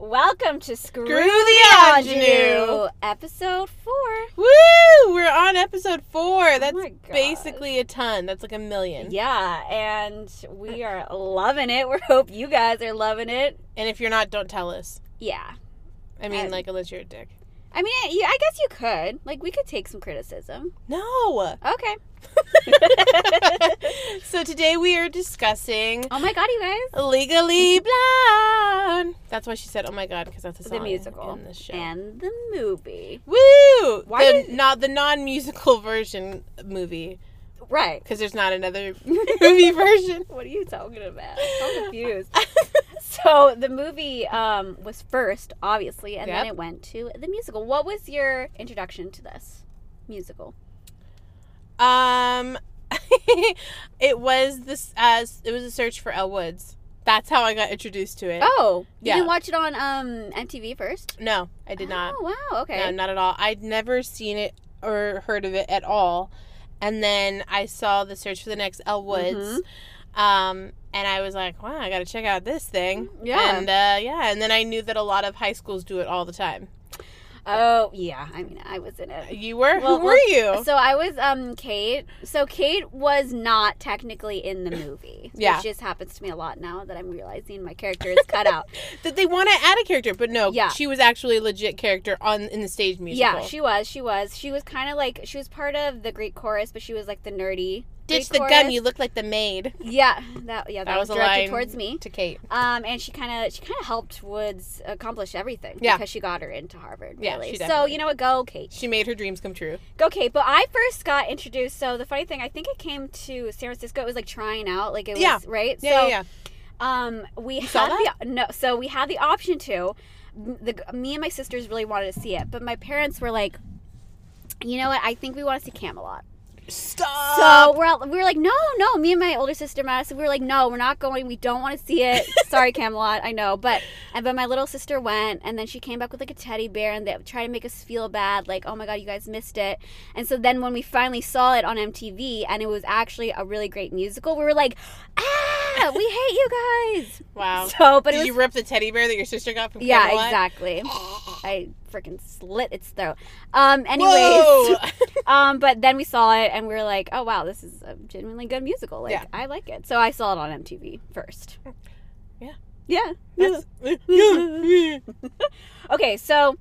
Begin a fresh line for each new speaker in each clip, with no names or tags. Welcome to Screw,
Screw the Ingenue.
episode four. Oh
Woo! We're on episode four. That's
my gosh.
basically a ton. That's like a million.
Yeah, and we are loving it. We hope you guys are loving it.
And if you're not, don't tell us.
Yeah,
I mean,
And-
like, unless you're a dick.
I mean, yeah, I guess you could. Like, we could take some criticism.
No.
Okay.
so today we are discussing
Oh my god, you guys!
Legally Blonde. That's why she said, "Oh my god," because that's a
The
song
musical.
in the show.
And the movie,
Woo!
Why
the,
did-
not the non-musical version movie
right?
because there's not another movie version.
What are you talking about? I'm confused. so the movie um, was first, obviously, and then
Yep.
it went to the musical. What was your introduction to this musical?
Um, it was this. Uh, it was a search for Elle Woods. That's how I got introduced to it.
Oh,
Yeah.
you didn't watch it on um, MTV first?
No, I did not.
Oh wow. Okay.
No, not at all. I'd never seen it or heard of it at all. And then I saw the search for the next Elle Woods. Um, and I was like, wow, I got to check out this
Um,
thing.
Yeah.
And uh, yeah, and then I knew that a lot of high schools do it all the time.
Oh yeah. I mean, I was in it.
You were?
Well,
Who were you?
So I was um Kate. So Kate was not technically in the movie.
Yeah.
Which just happens to me a lot now that I'm realizing my character is cut out.
That they want to add a character, but no,
Yeah.
she was actually a legit character on in the stage
Yeah,
musical.
she was. She was. She was kind of like she was part of the Greek chorus, but she was like the nerdy.
ditched
Greek
the
chorus.
gun. You look like the maid
Yeah, that yeah that, was,
was a
directed
line.
towards me.
to Kate.
Um, and she kind of she kind of helped Woods accomplish everything.
Yeah.
because she got her into Harvard.
Yeah,
really.
she
so
definitely-
you know what? Go Kate.
She made her dreams come true.
Okay, but I first got introduced. So the funny thing, I think I came to San Francisco. It was like trying out, like it was
Yeah.
right.
Yeah,
so,
yeah,
Um, we had
saw
the no. So we had the option to. M- The me and my sisters really wanted to see it, but my parents were like, you know what? I think we want to see Camelot.
yeah. Stop.
So we're all, we were like, no, no. Me and my older sister Madison, we were like, no, we're not going. We don't want to see it. Sorry, Camelot. I know, but and but my little sister went, and then she came back with like a teddy bear, and they tried to make us feel bad, like, oh my god, you guys missed it. And so then when we finally saw it on MTV, and it was actually a really great musical, we were like, ah, we hate you guys.
wow.
So, but
Did
it was
Um, you rip the teddy bear that your sister got from
yeah,
Camelot?
exactly. I freaking slit its throat. Um, anyways.
Whoa!
Um, but then we saw it and we were like, oh wow, this is a genuinely good musical. Like
Yeah.
I like it. So I saw it on MTV first.
Yeah.
Yeah.
That's- yeah.
Okay, so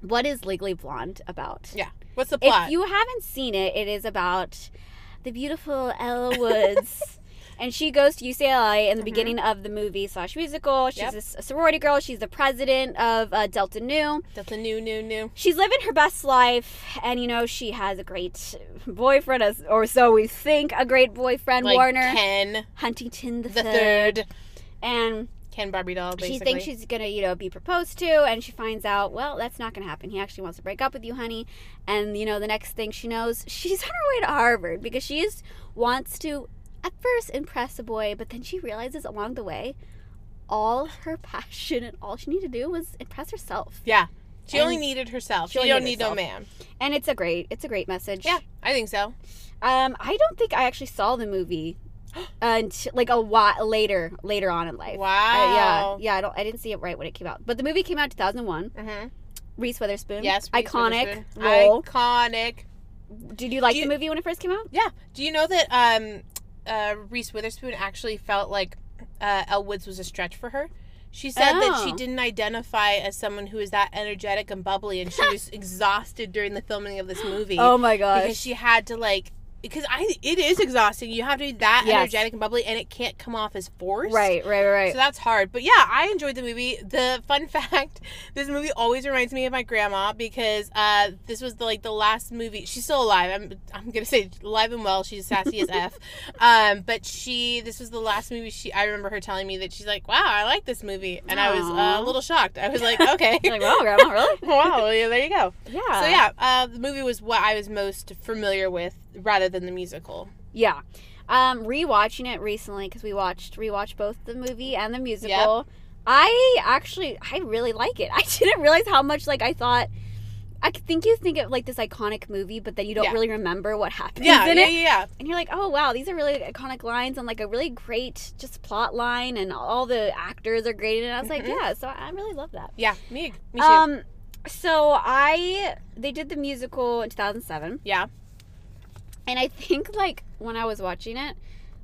what is Legally Blonde about?
What's the
If
plot?
you haven't seen it, it is about the beautiful Ella Woods. And she goes to UCLA in the
Mhm.
beginning of the movie slash musical. She's
Yep.
a s- a sorority girl. She's the president of uh, Delta Nu.
That's a new, new, new.
she's living her best life and you know she has a great boyfriend as- or so we think a great boyfriend
Like
warner
Ken
huntington the,
the
third.
third.
and
Ken Barbie doll, basically.
she thinks she's gonna you know be proposed to and she finds out well that's not gonna happen he actually wants to break up with you honey and you know the next thing she knows she's on her way to harvard because she is wants to at first impress a boy but then she realizes along the way all her passion and all she needed to do was impress herself
Yeah. She
And-
only needed herself.
She
She,
only
don't
needed
need no
herself.
man.
and it's a great it's a great message
Yeah, I think so.
Um, I don't think I actually saw the movie until like a while later, later on in life. I-
Wow.
yeah, yeah. I don't. I didn't see it right when it came out, but the movie came out in 2001.
Mm-hmm.
Reese Witherspoon.
Yes. Reese
Iconic
Witherspoon.
role.
Iconic.
Did you like
Do you-
the movie when it first came out?
Yeah. Do you know that um, uh, Reese Witherspoon actually felt like uh, Elle Woods was a stretch for her? She said that she
Oh.
didn't identify as someone who is that energetic and bubbly, and she was exhausted during the filming of this movie
Oh my
because
gosh.
she had to like because I it is exhausting. You have to be that
Yes.
energetic and bubbly, and it can't come off as forced.
Right, right, right.
So that's hard. But yeah, I enjoyed the movie. The fun fact, this movie always reminds me of my grandma because uh, this was the, like the last movie. She's still alive. I'm I'm gonna say alive and well. She's sassy as f. Um, but she this was the last movie she. I remember her telling me that she's like, "Wow, I like this movie," and I was
Aw.
uh, a little shocked. I was like, "Okay."
You're like, wow, grandma, really?
Wow, yeah, there you go.
Yeah.
So yeah, uh, the movie was what I was most familiar with, rather than the musical.
Yeah. Um, rewatching it recently because we watched rewatched both the movie and the musical. I actually I really like it. I didn't realize how much like I thought I c- think you think of like this iconic movie, but then you don't
Yeah.
really remember what happens
Yeah,
in
yeah,
it.
yeah, yeah.
And you're like, oh wow, these are really iconic lines and like a really great just plot line, and all the actors are great. And I was like,
Mhm.
yeah, so I really love that.
Yeah, me, me too.
Um, so I they did the musical in 2007.
yeah,
And I think like when I was watching it,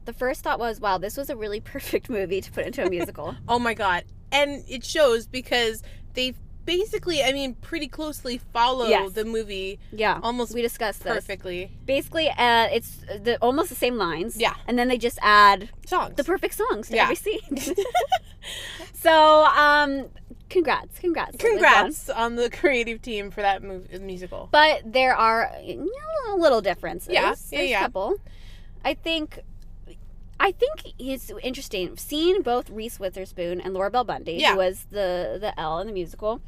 the first thought was, wow, this was a really perfect movie to put into a musical.
Oh my god. And it shows because they basically, I mean, pretty closely follow
Yes.
the movie
Yeah.
almost
We discussed this.
perfectly.
Basically, uh, it's the almost the same lines.
Yeah.
And then they just add
Songs.
the perfect songs to
Yeah.
every scene. so, um, congrats, congrats, on this one.
Congrats on the creative team for that mov- musical.
But there are you know, little differences.
Yeah,
There's
yeah,
a
yeah.
couple. I think. I think it's interesting seeing both Reese Witherspoon and Laura Bell Bundy,
Yeah.
who was the the L in the musical.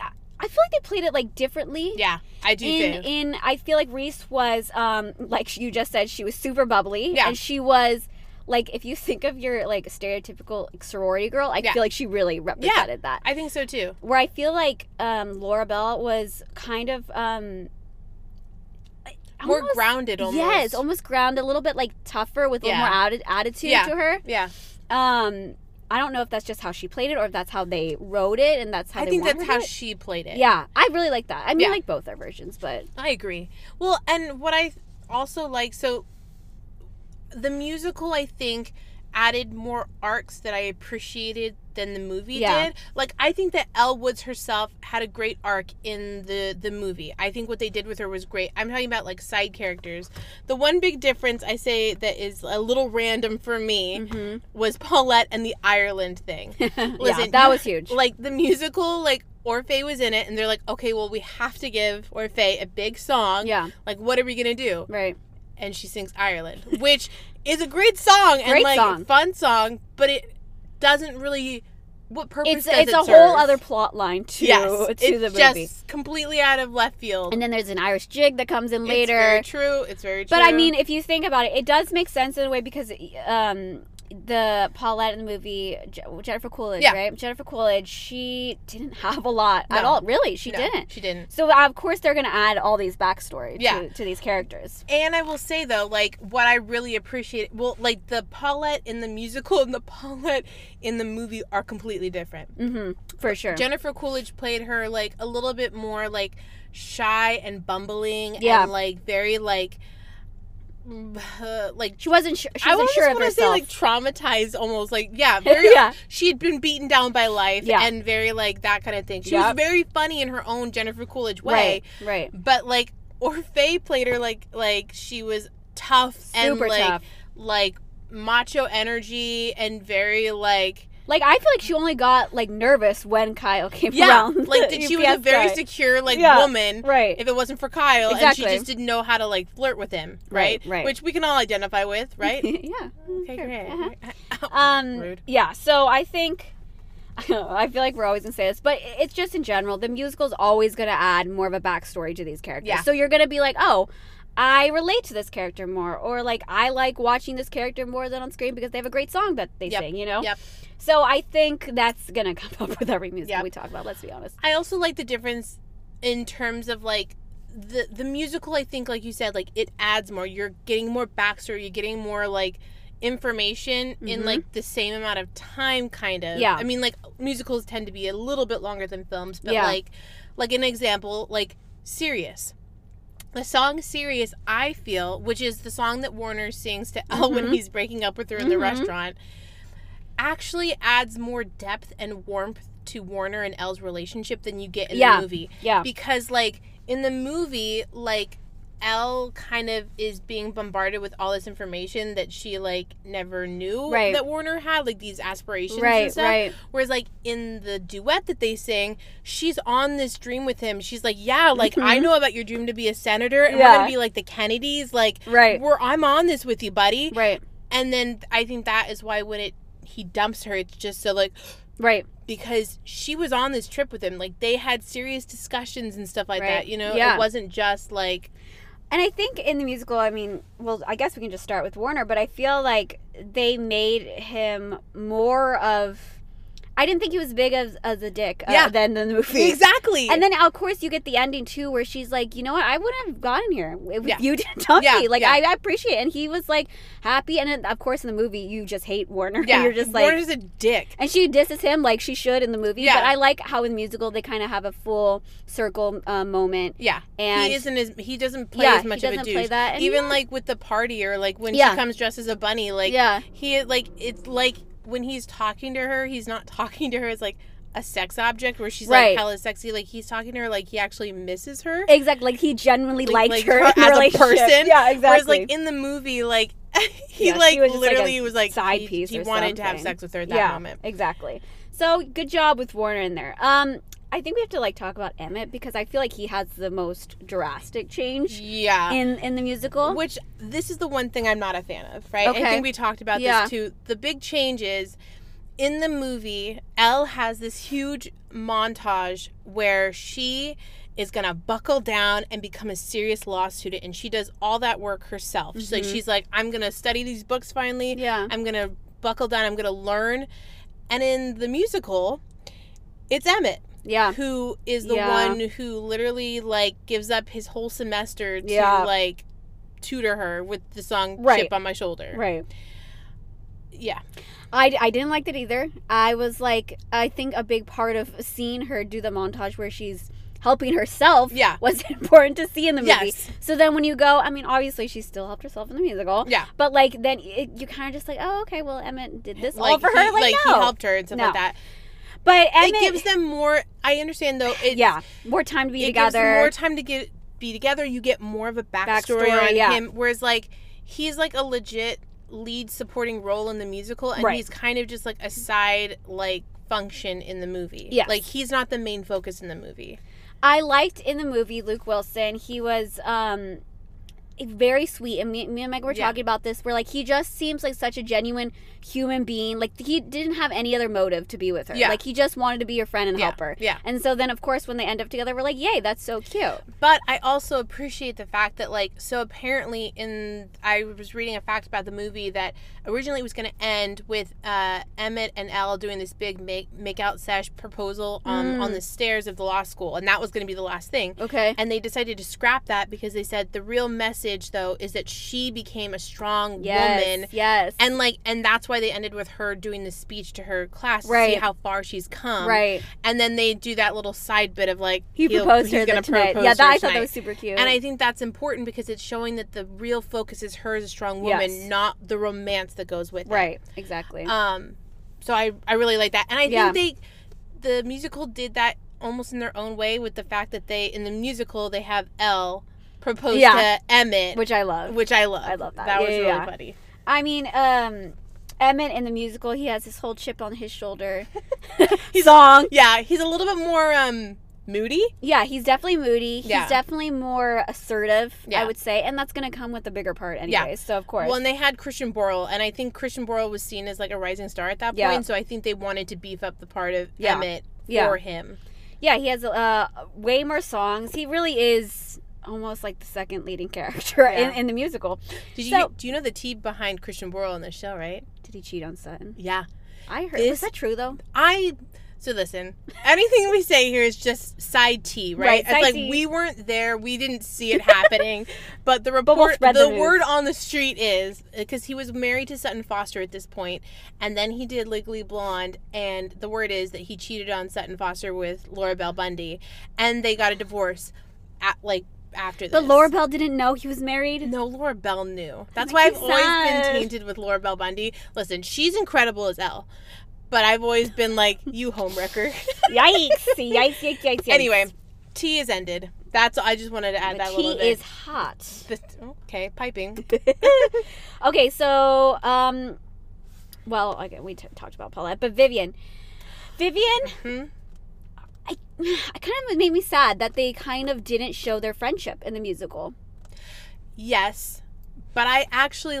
I, I feel like they played it like differently.
Yeah, I do
in
think.
in I feel like Reese was um like you just said she was super bubbly
Yeah.
and she was like if you think of your like stereotypical like, sorority girl I
Yeah.
feel like she really represented that
I think so too.
where I feel like um Laura Bell was kind of um
More
almost-
grounded almost.
yes Oh almost ground a little bit like tougher with a little
Yeah.
more atti- attitude
Yeah.
to her
Yeah.
um I don't know if that's just how she played it or if that's how they wrote it and that's how
I
they
think that's
wanted
how
it.
she played it.
yeah I really like that I mean
Yeah.
I like both their versions but
I agree. Well, and what I also like, so the musical, I think, added more arcs that I appreciated than the movie
Yeah.
did. Like, I think that Elle Woods herself had a great arc in the the movie. I think what they did with her was great. I'm talking about like side characters. The one big difference I say that is a little random for me
mhm.
was Paulette and the Ireland thing.
yeah
Mm-hmm. Listen,
that
you-
was huge
like the musical, like Orfei was in it, and they're like, okay, well, we have to give Orfei a big song.
Yeah,
Like, what are we gonna do?
right.
And she sings Ireland, which is a great song and
Great
like
song.
fun song, but it doesn't really. What purpose
It's
does
it's
it
a
serve?
whole other plot line to
yes,
to
it's
the
just
movie.
completely out of left field.
and then there's an Irish jig that comes in
It's
later.
very true. It's very true.
But I mean, if you think about it, it does make sense in a way because um, the Paulette in the movie Je- Jennifer Coolidge,
Yeah.
right? Jennifer Coolidge, she didn't have a lot at
No.
all. Really, she
No,
didn't.
She didn't.
So uh, of course they're gonna add all these backstory
Yeah.
to, to these characters.
And I will say though, like what I really appreciate, well, like the Paulette in the musical and the Paulette in the movie are completely different.
hmm For sure.
Jennifer Coolidge played her like a little bit more like shy and bumbling
Yeah.
and like very like like
she wasn't sure. She
I
wasn't
almost
sure of
want to say
herself.
like traumatized almost like yeah very
yeah.
she had been beaten down by life
Yeah.
and very like that kind of thing she was
Yep.
very funny in her own Jennifer Coolidge way
Right. Right.
but like Orfei played her like like she was tough and
Super
like
tough.
like macho energy and very like
Like I feel like she only got like nervous when Kyle came
Yeah,
around.
like that she was a
UPS
very
guy.
secure like
Yeah.
woman.
right.
If it wasn't for Kyle, and
Exactly.
she just didn't know how to like flirt with him, right?
Right, right.
Which we can all identify with, right?
yeah.
okay,
Sure.
great.
Uh-huh. Um,
Um, Rude.
yeah. So I think I feel like we're always gonna say this, but it's just in general, the musical's always gonna add more of a backstory to these characters.
Yeah.
So you're gonna be like, oh. I relate to this character more, or like I like watching this character more than on screen because they have a great song that they
Yep.
sing, you know?
Yep.
So I think that's gonna come up with every musical
Yep.
we talk about, let's be honest.
I also like the difference in terms of like the the musical. I think, like you said, like it adds more. You're getting more backstory. You're getting more like information in
Mhm.
like the same amount of time kind of
Yeah.
i mean like musicals tend to be a little bit longer than films but
Yeah.
like like an example like serious the song serious i feel which is the song that warner sings to elle when
Mhm.
he's breaking up with her in the
Mhm.
restaurant actually adds more depth and warmth to warner and elle's relationship than you get in
Yeah.
the movie
Yeah.
because like in the movie like Elle kind of is being bombarded with all this information that she like never knew
Right.
that Warner had like these aspirations and
Right,
stuff.
right.
Whereas like in the duet that they sing, she's on this dream with him. She's like, yeah, like I know about your dream to be a senator, and we're
Mm-hmm. Yeah.
gonna be like the Kennedys. Like
Right.
we're I'm on this with you, buddy.
Right.
And then I think that is why when it he dumps her, it's just so like
Right.
because she was on this trip with him. Like they had serious discussions and stuff like
Right.
that. You know,
Yeah.
it wasn't just like
And I think in the musical, I mean, well, I guess we can just start with Warner, but I feel like they made him more of I didn't think he was big as, as a dick. Uh,
Yeah.
Then in the movie.
Exactly.
And then of course you get the ending too, where she's like, you know what, I wouldn't have gotten here if
Yeah.
you didn't tell
Yeah,
me. Like
yeah.
I, I appreciate, it. and he was like happy, and then, of course in the movie you just hate Warner.
yeah,
You're just like.
Warner's a dick.
and she disses him like she should in the movie,
Yeah.
but I like how in the musical they kind of have a full circle uh, moment.
Yeah,
And
he isn't as he doesn't play
yeah,
as much
he
of a
doesn't
douche.
play that. and
Even
yeah.
like with the party or like when
Yeah.
she comes dressed as a bunny, like
yeah,
he like it's like when he's talking to her, he's not talking to her as like a sex object where she's
Right.
like hella sexy. Like he's talking to her like he actually misses her.
exactly. Like he genuinely
Like-
liked
like
her,
her
in the
as a
relationship.
person,
Yeah, exactly.
Whereas like in the movie, like he
Yeah, she
like
was just, like,
literally
a
was like
side
he,
piece
he
or
wanted to have
something.
sex with her at that
Yeah.
moment.
Exactly. So good job with Warner in there. Um, I think we have to like talk about Emmett because I feel like he has the most drastic change
Yeah.
in in the musical.
Which this is the one thing I'm not a fan of, right?
Okay.
I think we talked about
Yeah.
this too. The big change is in the movie, Elle has this huge montage where she is gonna buckle down and become a serious law student, and she does all that work herself. She's like,
Mhm.
she's like, I'm gonna study these books finally.
yeah.
I'm gonna buckle down. I'm gonna learn. And in the musical, it's Emmett
Yeah.
who is the
Yeah.
one who literally like gives up his whole semester to
Yeah.
like tutor her with the song
Right.
chip on my shoulder
Right.
yeah
I, I didn't like that either. I was like, I think a big part of seeing her do the montage where she's helping herself
yeah
was important to see in the movie.
yes
So then when you go, I mean, obviously she still helped herself in the musical.
Yeah.
But like then it, you're kind of just like, oh, okay, well Emmett did this all
like,
for her.
he,
like,
like,
no.
he helped her and stuff
No.
like that
But Emmett
it gives them more i understand though it,
yeah more time to be
it gives
together.
them more time to get be together you get more of a backstory,
Backstory,
on
yeah.
him whereas like he's like a legit lead supporting role in the musical and
Right.
he's kind of just like a side like function in the movie
Yes.
like he's not the main focus in the movie
I liked in the movie Luke Wilson. He was um very sweet and me, me and Meg were
Yeah.
talking about this where like he just seems like such a genuine human being like he didn't have any other motive to be with her
Yeah.
like he just wanted to be your friend and
yeah
help her
yeah
and so then of course when they end up together we're like yay that's so cute
But I also appreciate the fact that like so apparently in I was reading a fact about the movie that originally it was going to end with uh, Emmett and Elle doing this big make make out sesh proposal um,
Mm.
on the stairs of the law school and that was going to be the last thing.
okay
And they decided to scrap that because they said the real message though is that she became a strong
yes
woman
yes
and like and that's why they ended with her doing the speech to her class to see
Right.
how far she's come.
right
And then they do that little side bit of like
he
he'll-
proposed
he's
her
gonna
the tonight
propose
yeah
her
that, I thought
tonight.
that was super cute
And I think that's important because it's showing that the real focus is her as a strong woman,
Yes.
not the romance that goes with
right exactly
it. Um so I I really like that. And I
Yeah.
think they the musical did that almost in their own way with the fact that they in the musical they have Elle propose
Yeah.
to Emmett, which,
which I love
I love.
I love that.
That was
Yeah, yeah,
really
yeah.
funny.
I mean, um, Emmett in the musical, he has this whole chip on his shoulder.
He's-
Song.
Yeah, he's a little bit more um moody.
Yeah, he's definitely moody. He's
Yeah.
definitely more assertive, I
Yeah.
would say. And that's going to come with a bigger part,
Yeah.
anyways. So, of course.
Well, and they had Christian Borle, and I think Christian Borle was seen as like a rising star at that
Yeah.
point. So I think they wanted to beef up the part of
Yeah.
Emmett
yeah.
for him.
Yeah, he has uh, way more songs. He really is almost like the second leading character in,
Yeah.
in the musical.
Did you
So-
do you know the tea behind Christian Borle in the show, right?
Did he cheat on Sutton?
Yeah.
I heard. was
This-
that true, though?
I so listen, anything we say here is just side tea,
Right,
right?
side
it's like
tea.
we weren't there, we didn't see it happening, but the
we'll
report
spread the
the,
news.
word on the street is because he was married to Sutton Foster at this point and then he did Legally Blonde and the word is that he cheated on Sutton Foster with Laura Bell Bundy and they got a divorce at like after this.
But Laura Bell didn't know he was married.
No, Laura Bell knew. That's why
makes
I've
me
always
sad.
been tainted with Laura Bell Bundy. Listen, she's incredible as Elle, but I've always been like, you homewrecker.
yikes. Yikes, yikes, yikes, yikes.
anyway, tea is ended. That's I just wanted to add
the
that
tea
little bit.
is hot.
The- okay, piping.
okay, so um, well, okay, we t- talked about Paulette, but Vivian, Vivian,
Hmm?
I, I kind of it made me sad that they kind of didn't show their friendship in the musical.
Yes, but I actually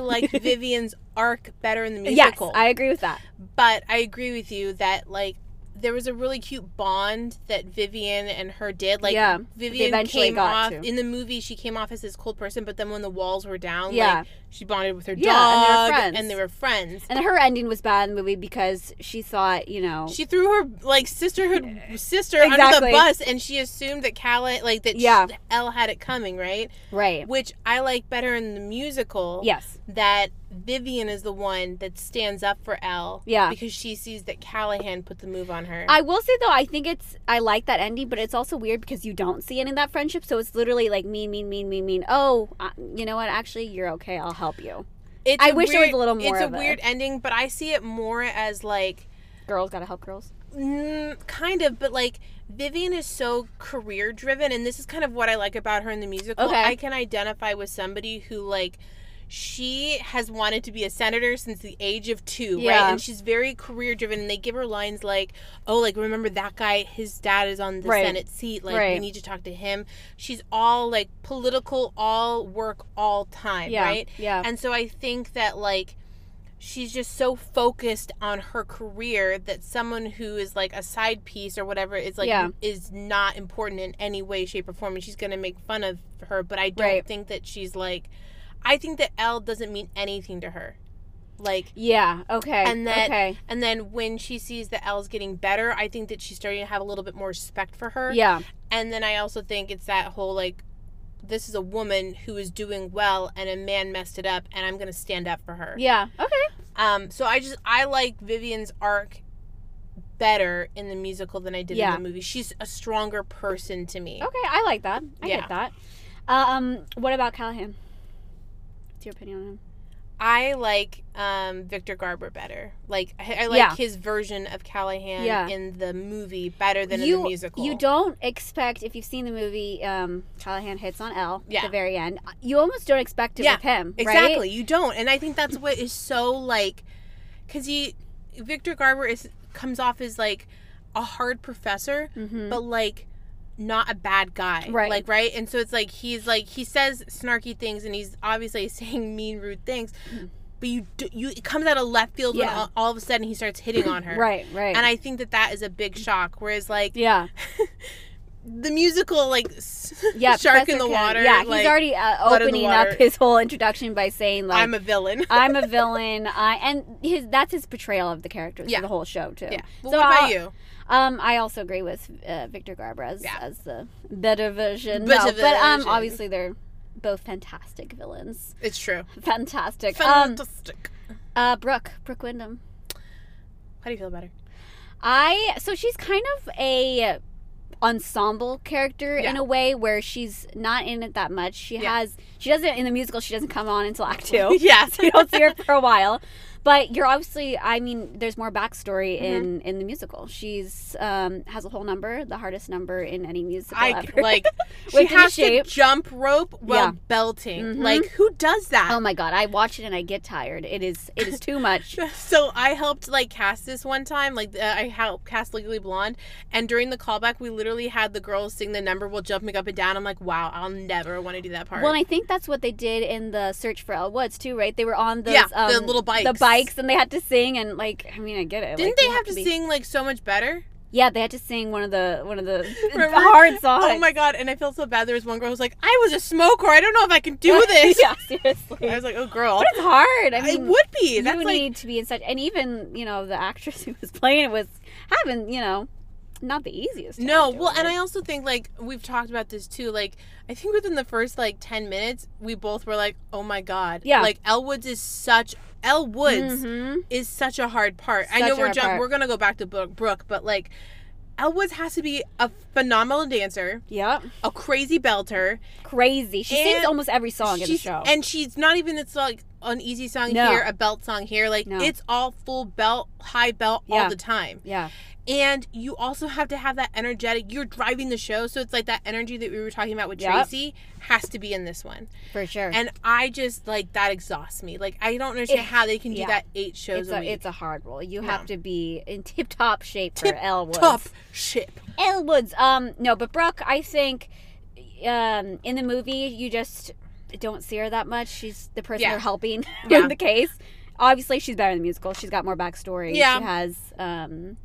liked Vivian's arc better in the
Yes,
musical.
I agree with that.
but I agree with you that like there was a really cute bond that Vivian and her did. Like
Yeah,
Vivian
eventually
came
got
off
to.
in the movie. She came off as this cold person, but then when the walls were down,
Yeah.
like, she bonded with her
Yeah, and they were
dog,
friends.
and they were friends.
And her ending was bad in the movie because she thought, you know,
She threw her like sisterhood sister under
Exactly.
the bus, and she assumed that Calla like that
Yeah.
she- Elle had it coming, right?
right?
Which I like better in the musical.
Yes.
that Vivian is the one that stands up for Elle.
Yeah.
because she sees that Callahan put the move on her.
I will say though, I think it's I like that ending, but it's also weird because you don't see any of that friendship. So it's literally like mean, mean, mean, mean, mean. Oh, uh, you know what? Actually, you're okay. I'll help you.
It's
I
a
wish there was a little more
It's a
of a-
weird ending, but I see it more as like,
Girls gotta help girls.
mm, kind of, but like Vivian is so career driven, and this is kind of what I like about her in the musical.
Okay.
I can identify with somebody who like. She has wanted to be a senator since the age of two,
Yeah.
right? And she's very career driven. And they give her lines like, "Oh, like remember that guy? His dad is on the
Right.
Senate seat. Like we
Right.
need to talk to him." She's all like political, all work, all time,
Yeah,
right?
yeah.
And so I think that like she's just so focused on her career that someone who is like a side piece or whatever is like
Yeah.
is not important in any way, shape, or form. And she's gonna make fun of her, but I don't
Right.
think that she's like. I think that Elle doesn't mean anything to her, like.
Yeah. Okay.
And that-
okay.
And then when she sees that Elle's getting better, I think that she's starting to have a little bit more respect for her.
Yeah.
And then I also think it's that whole like, this is a woman who is doing well and a man messed it up, and I'm gonna stand up for her.
Yeah. Okay.
Um, so I just I like Vivian's arc better in the musical than I did
Yeah. Oh.
in the movie. She's a stronger person to me.
Okay. I like that. I
Yeah.
get that. Um, what about Callahan? What's your opinion on him?
I like um, Victor Garber better. Like I, I like
Yeah.
his version of Callahan
Yeah.
in the movie better than in the musical.
You don't expect if you've seen the movie um, Callahan hits on L at
Yeah.
the very end. You almost don't expect it
Yeah,
with him,
exactly.
right?
You don't, and I think that's what is so like, because he Victor Garber is comes off as like a hard professor,
Mhm.
but like not a bad guy
Right.
like right and so it's like he's like he says snarky things and he's obviously saying mean rude things but you do, you it comes out of left field when
Mm-hmm. Yeah.
all, all of a sudden he starts hitting on her
Right, right.
and i think that that is a big shock whereas like
yeah,
the musical like s-
yeah.
shark in
Professor
the
Ken-
water
Yeah, he's
like,
already uh,
blood in the
opening
water.
up his whole introduction by saying like,
i'm a villain
"I'm a villain," I and his that's his portrayal of the characters
Yeah.
for the whole show too.
yeah
So
well, what about
I'll-
you
Um, I also agree with uh, Victor Garber as,
Yeah.
as the better version.
Better
no, but um,
version.
obviously they're both fantastic villains.
it's true
Fantastic. Um,
Fantastic.
uh, Brooke, Brooke Wyndham.
How do you feel about her?
I so she's kind of a ensemble character in
Yeah.
a way where she's not in it that much. She
Yeah.
has she doesn't in the musical she doesn't come on until act 2.
yes.
so Oh. you don't see her for a while. But you're obviously I mean there's more
Mm-hmm.
backstory in in the musical. She's um has a whole number, the hardest number in any musical
I
ever.
like she
Within
has to
shape.
jump rope while
Yeah.
belting.
Mhm.
Like who does that?
Oh my god, I watch it and I get tired. It is it is too much.
so I helped like cast this one time. Like uh, I helped cast Legally Blonde, and during the callback, we literally had the girls sing the number while jumping up and down. I'm like, wow, I'll never want to do that part.
Well, and I think that's what they did in the search for Elle Woods too, right? They were on those
Yeah,
um,
the little
the
bikes.
bikes, and they had to sing and like I mean I get it.
Didn't
like,
they
you
have to
be-
sing like so much better?
Yeah, they had to sing one of the one of the
Remember?
hard songs.
Oh my god! And I feel so bad. There was one girl who was like, "I was a smoker. I don't know if I can do this."
yeah, seriously.
I was like, "Oh, girl,
But it's hard. I
it
mean,
would be."
you
That's like
need to be in such, and even you know the actress who was playing it was having you know not the easiest. time
No,
doing
well, and
it.
I also think like we've talked about this too. Like I think within the first like ten minutes, we both were like, "Oh my god!"
Yeah.
like Elwood's is such Elwood's
Mhm.
is such a hard part. I
Such
know
a
we're
hard
jump-
part.
we're gonna go back to Brooke, Brooke but like Elwood's has to be a phenomenal dancer,
Yep.
a crazy belter.
Crazy. She
And
sings almost every song in the
She's-
show.
and she's not even it's like an easy song
No.
here, a belt song here. Like
No.
it's all full belt, high belt
Yeah.
all the time.
yeah.
And you also have to have that energetic. You're driving the show, so it's like that energy that we were talking about with
Yep.
Tracy has to be in this one.
For sure.
And I just like that exhausts me. Like I don't understand
It's-
how they can
yeah.
do that eight shows
it's
a,
a,
week.
it's a hard role. You
No.
have to be in tip top shape for Elle Woods.
Top ship.
Elle Woods. Um, no, but Brooke, I think, um, in the movie, you just don't see her that much. She's the person
Yeah.
they're helping
Yeah.
in the case. Obviously, she's better in the musical. She's got more backstory.
Yeah.
She has um,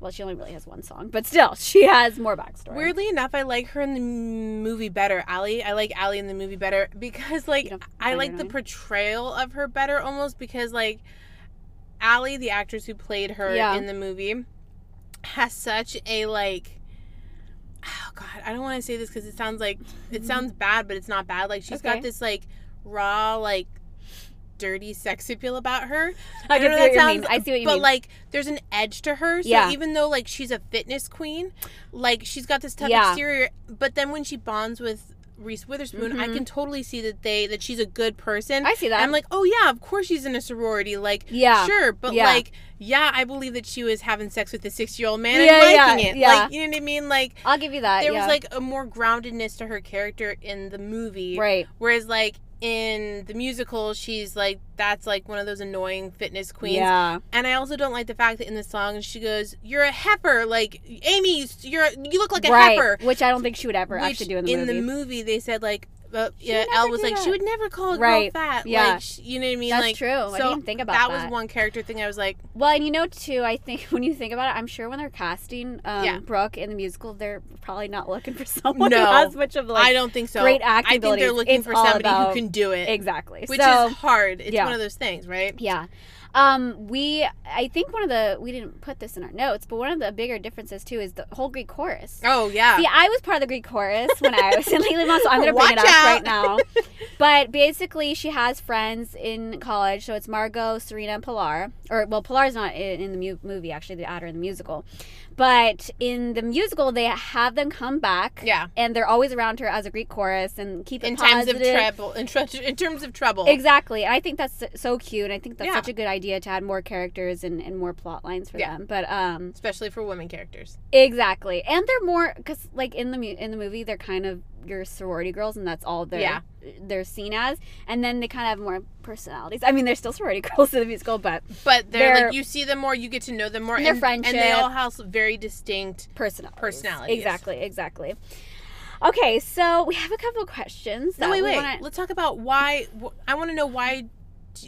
Well, she only really has one song, but still, she has more backstory.
Weirdly enough, I like her in the m- movie better, Allie. I like Allie in the movie better because,
You
like,
don't
I
find
like
her
the
annoying?
portrayal of her better almost because, like, Allie, the actress who played her
Yeah.
in the movie, has such a, like, oh, God, I don't want to say this because it sounds like it sounds bad, but it's not bad. Like, she's
Okay.
got this, like, raw, like, dirty sex appeal about her.
I,
don't
can
know
see what
that
you mean.
sounds-
I see what you
but
mean.
like there's an edge to her so
Yeah.
even though like she's a fitness queen like she's got this tough
Yeah.
exterior but then when she bonds with reese witherspoon i
Mhm.
can totally see that they that she's a good person
I see that.
i'm like oh yeah of course she's in a sorority like
yeah.
sure but
Yeah.
like yeah i believe that she was having sex with a six year old man
Yeah,
and
yeah,
liking it
yeah.
like you know what i mean like
I'll give you that.
there
yeah.
was like a more groundedness to her character in the movie
right.
whereas like in the musical she's like that's like one of those annoying fitness queens
Yeah.
and I also don't like the fact that in the song she goes, "You're a heifer, like Amy. You're you look like a
right.
heifer."
Which I don't think she would ever
Which
actually do in the movie.
they said like, uh,
She
yeah,
would never
Elle was
do
like,
that.
she would never call a
Right.
girl fat.
Yeah.
like, sh you know what I mean.
That's
like,
true. I
so
didn't even think about
that
that.
was one character thing. I was like,
Well, and you know too, I think when you think about it, I'm sure when they're casting um,
Yeah.
Brooke in the musical, they're probably not looking for someone who
No.
has much of like
I don't think so.
great
I
acting
think they're
abilities.
looking
It's
for
all
somebody
about-
who can do it,
exactly.
which
so
is hard. It's
yeah.
one of those things, right?
yeah, um, we I think one of the we didn't put this in our notes, but one of the bigger differences too is the whole Greek chorus.
Oh yeah.
See, I was part of the Greek chorus when I was in Lily Mom, so I'm gonna bring it up
Watch
right
out.
now. But basically, she has friends in college, so it's Margot, Serena, and Pilar. Or well, Pilar's not in, in the mu- movie actually; they add her in the musical. But in the musical, they have them come back,
yeah.
and they're always around her as a Greek chorus and keep it
In times
positive.
of trouble, in, tr- in terms of trouble,
Exactly. And I think that's so cute. And I think that's
Yeah.
such a good idea to add more characters and, and more plot lines for
Yeah.
them. But um,
especially for women characters.
Exactly, and they're more because, like in the mu- in the movie, they're kind of your sorority girls, and that's all they're
Yeah.
they're seen as. And then they kind of have more personalities. I mean, they're still sorority girls in the musical, but
But they're,
They're-
like you see them more, you get to know them more,
And their
and they
friendship.
all have very distinct.
personalities.
Personalities.
Exactly. Exactly. Okay, so we have a couple questions.
No,
that
wait,
we
wait.
wanna-
Let's talk about why. Wh- I want to know why,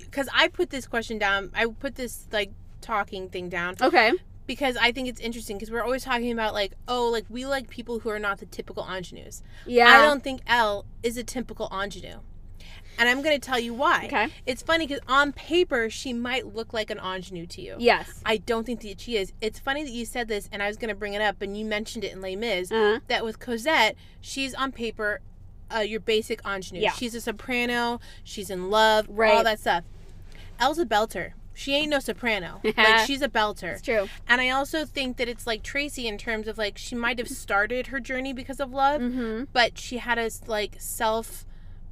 because I put this question down. I put this like talking thing down
okay.
because I think it's interesting because we're always talking about like oh like we like people who are not the typical ingenues.
Yeah.
I don't think Elle is a typical ingenue, and I'm gonna tell you why.
Okay.
It's funny because on paper she might look like an ingenue to you.
Yes.
I don't think that she is. It's funny that you said this, and I was gonna bring it up, and you mentioned it in Les Mis.
Uh,
that with Cosette, she's on paper uh, your basic ingenue.
Yeah.
She's a soprano. She's in love. All
Right.
that stuff. Elle's a belter. She ain't no soprano. like she's a belter.
it's true.
And I also think that it's like Tracy in terms of like she might have started her journey because of love,
Mm-hmm.
but she had a like self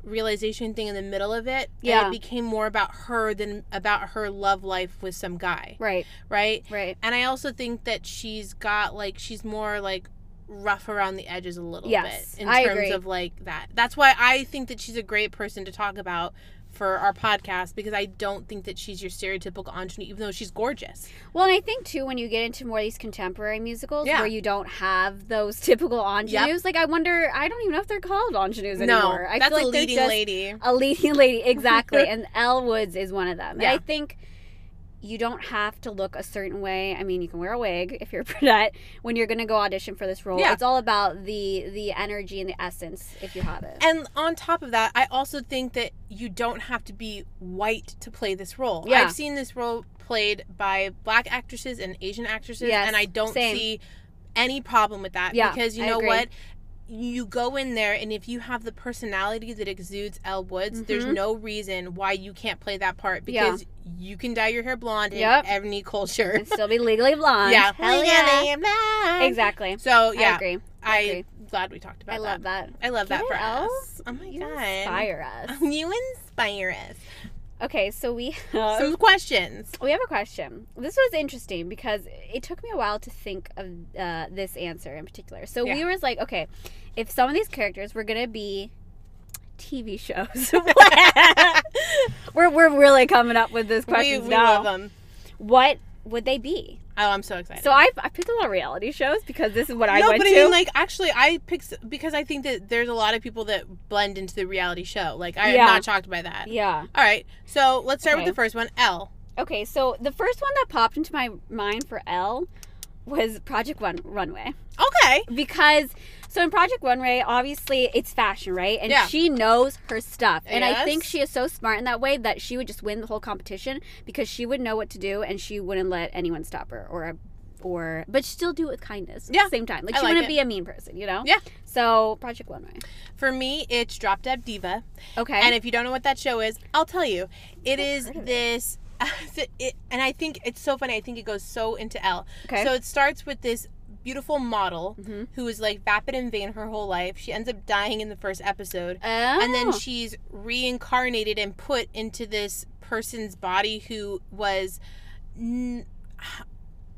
realization thing in the middle of it.
Yeah.
And it became more about her than about her love life with some guy.
Right.
Right?
Right.
And I also think that she's got like she's more like rough around the edges a little
Yes,
bit in
I
terms
agree.
of like that. That's why I think that she's a great person to talk about for our podcast because I don't think that she's your stereotypical ingenue, even though she's gorgeous.
Well, and I think too when you get into more of these contemporary musicals
Yeah.
where you don't have those typical ingenues, like I wonder, I don't even know if they're called ingenues anymore. I
that's
feel
a
like they're
leading
just
lady.
a leading lady, exactly. and Elle Woods is one of them. And
Yeah.
I think you don't have to look a certain way. I mean, you can wear a wig if you're brunette when you're going to go audition for this role.
Yeah.
It's all about the the energy and the essence if you have it.
And on top of that, I also think that you don't have to be white to play this role.
Yeah.
I've seen this role played by black actresses and Asian actresses,
Yes,
and I don't
same.
see any problem with that
Yeah,
because you
I
know
agree.
what? You go in there, and if you have the personality that exudes Elle Woods, there's
Mhm.
no reason why you can't play that part
Yeah.
because you can dye your hair blonde
Yep.
in any culture.
and still be legally blonde.
yeah,
Hell
Legally
yeah.
blonde.
Exactly.
So
I
yeah,
agree.
I
agree.
am glad we talked about
I
that.
love that.
I love
Get
that for
it, Elle?
us. Oh my
You
god.
inspire us.
You inspire us.
Okay, so we have
Some questions.
We have a question. This was interesting because it took me a while to think of uh, this answer in particular. So we
Yeah.
was like, okay, if some of these characters were gonna be TV shows, what- we're we're really coming up with this
we
question
we
now.
love them.
What would they be?
Oh, I'm so excited.
So I I picked a lot of reality shows because this is what I
no,
went
but
to.
I mean, like, actually, I picked s- because I think that there's a lot of people that blend into the reality show. Like, I
Yeah.
am not shocked by that.
yeah.
All right, so let's start
Okay.
with the first one. L.
Okay, so the first one that popped into my mind for L was Project One Runway
Okay.
because so in Project Runway, obviously it's fashion, right? And
Yeah.
she knows her stuff, and I
Yes.
think she is so smart in that way that she would just win the whole competition because she would know what to do and she wouldn't let anyone stop her or or but still do it with kindness. at
Yeah.
the same time, like
I
she
like
wouldn't
it.
be a mean person, you know?
Yeah.
So Project Runway.
For me, it's Drop Dead Diva.
Okay.
And if you don't know what that show is, I'll tell you. It is
heard of it.
this. It, and I think it's so funny. I think it goes so into L.
okay.
So it starts with this beautiful model
Mhm.
who is like vapid and vain her whole life. She ends up dying in the first episode. And then
Oh.
she's reincarnated and put into this person's body who was n-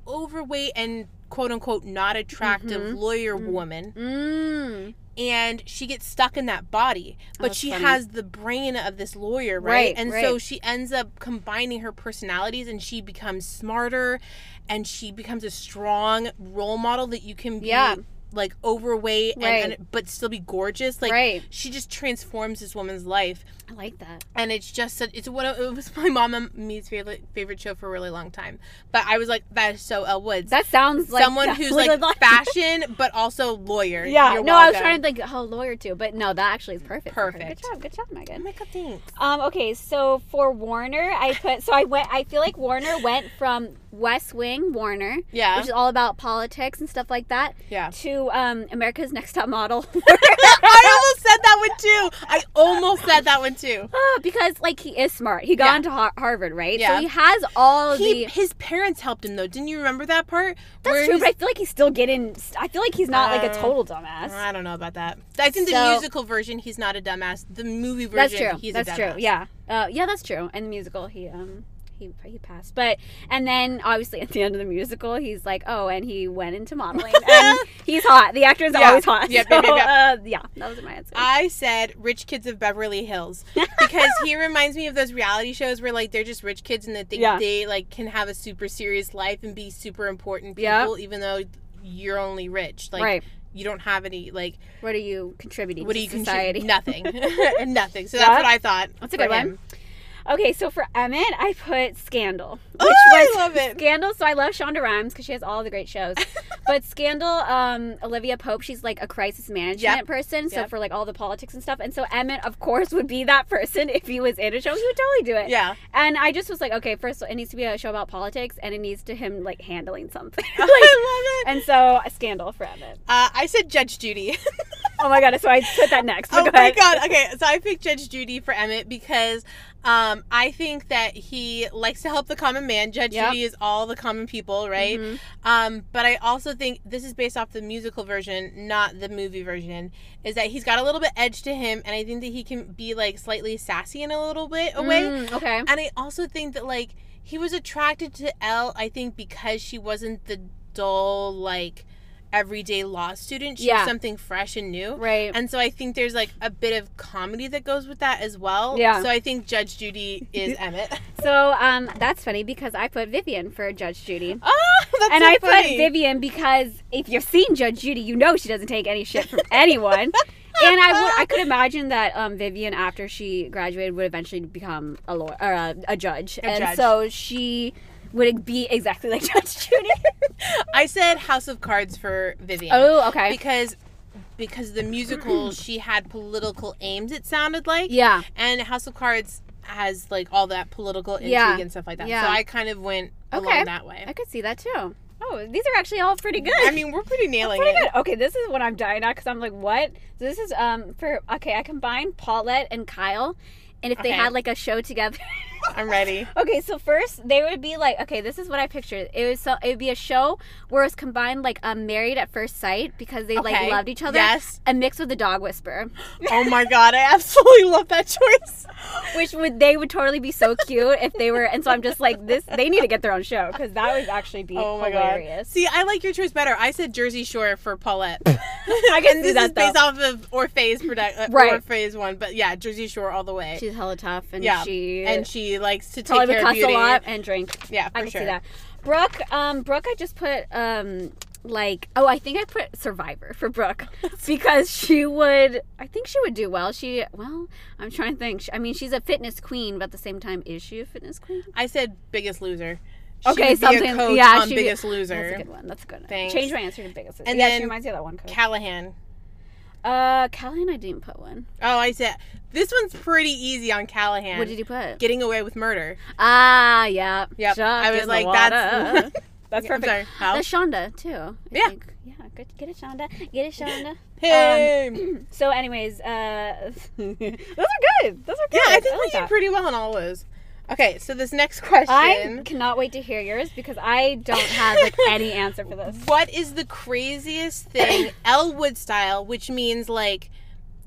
overweight and quote unquote not attractive
Mhm.
lawyer
Mhm.
woman.
Mm.
And she gets stuck in that body. But
Oh, that's
she
funny.
has the brain of this lawyer, right?
Right,
and so
right.
she ends up combining her personalities and she becomes smarter and she becomes a strong role model that you can be
Yeah.
like overweight and,
Right.
and but still be gorgeous. Like
right.
she just transforms this woman's life
I like that.
and it's just such, it's one of, it was my mom and me's favorite favorite show for a really long time. But I was like, that is so Elle Woods,
That sounds like
someone who's like fashion but also lawyer.
Yeah.
You're
No, I was
welcome.
trying to think. Oh, lawyer too, but no, that actually is perfect. for her. Good
Perfect.
job. Good job, Megan.
Oh my god, thanks.
Um, okay, so for Warner, I put so I went. I feel like Warner went from West Wing Warner,
Yeah,
which is all about politics and stuff like that,
yeah.
to um, America's Next Top Model,
I almost said that one too. I almost said that one too.
Ah, because like he is smart. He got
Yeah.
into Har- Harvard, right?
Yeah.
So he has all
He,
the.
his parents helped him though. Didn't you remember that part?
That's true,
his-
but I feel like he's still getting. I feel like he's not like a
Uh,
total dumbass.
I don't know about that. I think the
So-
musical version, he's not a dumbass. The movie version,
That's true.
he's
that's
a dumbass.
true. Yeah. Uh, yeah, that's true. And the musical, he um he he passed, but and then obviously at the end of the musical, he's like, oh, and he went into modeling, and he's hot. The actor is
Yeah. Uh,
always hot.
Yep,
so,
yep, yep, yep.
Uh, yeah, that was my answer.
I said rich kids of Beverly Hills because he reminds me of those reality shows where like they're just rich kids and they think
Yeah.
they like can have a super serious life and be super important people
Yeah.
even though you're only rich like
right.
you don't have any like
What are you contributing
what
to
do you
society?
contribute nothing nothing so
Yeah.
that's what I thought
That's a
for
good one.
him.
okay, so for Emmett, I put Scandal,
Oh,
which
I
was
love it.
Scandal. So I love Shonda Rhimes because she has all the great shows. but Scandal, um, Olivia Pope, she's like a crisis management
Yep.
person. So
Yep.
for like all the politics and stuff. And so Emmett, of course, would be that person if he was in a show. He would totally do it.
Yeah,
And I just was like, okay, first of all, it needs to be a show about politics, and it needs to him like handling something.
I love it.
and so a scandal for Emmett.
Uh, I said Judge Judy.
Oh my god! So I put that next. but
oh
go
my
ahead.
god. Okay, so I picked Judge Judy for Emmett because um, I think that he likes to help the common man. Judge
Yep.
Judy is all the common people, right?
Mhm.
Um, but I also think this is based off the musical version, not the movie version. Is that he's got a little bit edge to him, and I think that he can be like slightly sassy in a little bit away.
Mm, okay.
And I also think that like he was attracted to Elle, I think, because she wasn't the dull like everyday law student. She
Yeah.
was something fresh and new.
Right.
And so I think there's like a bit of comedy that goes with that as well.
Yeah.
So I think Judge Judy is Emmett.
so um, that's funny because I put Vivian for Judge Judy.
oh, that's
and
so
I
funny.
put Vivian because if you've seen Judge Judy, you know she doesn't take any shit from anyone. And I would, I could imagine that um, Vivian, after she graduated, would eventually become a lawyer or a, a judge,
A
and
judge.
so she would be exactly like Judge Judy.
I said House of Cards for Vivian.
oh, okay,
Because because the musical she had political aims it sounded like.
yeah,
And House of Cards has like all that political intrigue
Yeah.
and stuff like that.
Yeah.
So I kind of went
Okay.
along that way.
I could see that too. Oh, these are actually all pretty good.
I mean, we're pretty nailing
pretty
it.
good. Okay, this is what I'm dying at because I'm like, what? So this is um for okay. I combined Paulette and Kyle, and if they
Okay.
had like a show together.
I'm ready.
Okay, so first they would be like, okay, this is what I pictured. It was so it would be a show where it was combined like a Married at First Sight because they like
Okay.
loved each other,
Yes.
and mixed with the Dog Whisperer,
Oh my god, I absolutely love that choice.
which would they would totally be so cute if they were. And so I'm just like, this they need to get their own show because that would actually be
Oh my god.
hilarious.
See, I like your choice better. I said Jersey Shore for Paulette.
I can
and
see
this is
that
based
though.
off of Orphe's product uh,
Right.
Orphe's one, but yeah, Jersey Shore all the way.
She's hella tough, and
Yeah,
she
and she likes to take
probably would
care of
cuss a
beauty.
lot and drink.
Yeah, for
I can
sure.
see that. Brooke, um, Brooke, I just put um, like oh, I think I put Survivor for Brooke because she would. I think she would do well. She well, I'm trying to think. She- I mean, she's a fitness queen, but at the same time, is she a fitness queen?
I said Biggest Loser. She
Okay,
would be
something-
A coach
yeah,
on
she-
Biggest
That's a
Loser.
good one. That's a good one.
Thanks.
Change my answer to biggest.
And
And yeah,
then-
she reminds me of that one. Coach.
Callahan.
uh, Callahan, I didn't put one.
Oh, I said this one's pretty easy on Callahan.
What did you put?
Getting away with murder.
Ah, yeah.
Yep.
Shuck
I
in
was
the
like,
water.
that's
That's
I'm
perfect.
sorry. How?
That's Shonda too. I
Yeah.
Think. Yeah. Good. Get it, Shonda. Get it, Shonda. um,
Hey.
so, anyways, uh, those are good. Those are good.
yeah, I think
like
we did
that.
pretty well on all those. Okay, so this next question.
I cannot wait to hear yours because I don't have like any answer for this.
What is the craziest thing Elwood style, which means like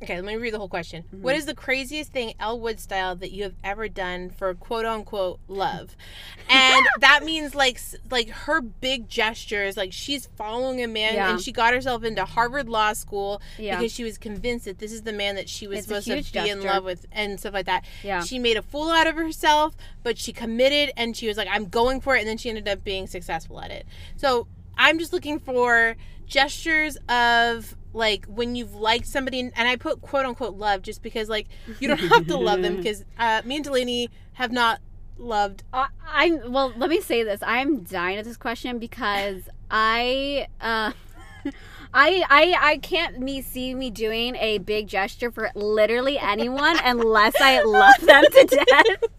Okay, let me read the whole question.
Mm-hmm.
What is the craziest thing Elwood style that you have ever done for quote unquote love? And that means like s- like her big gestures, like she's following a man
Yeah.
and she got herself into Harvard Law School
Yeah.
because she was convinced that this is the man that she was
It's a
supposed to be
huge
in
gesture.
love with and stuff like that.
Yeah.
She made a fool out of herself, but she committed and she was like, I'm going for it. And then she ended up being successful at it. So I'm just looking for gestures of like when you've liked somebody. And I put quote unquote love just because like you don't have to love them because uh, me and Delaney have not loved.
I, I'm well. Let me say this. I'm dying at this question because I, uh, I, I, I can't me see me doing a big gesture for literally anyone unless I love them to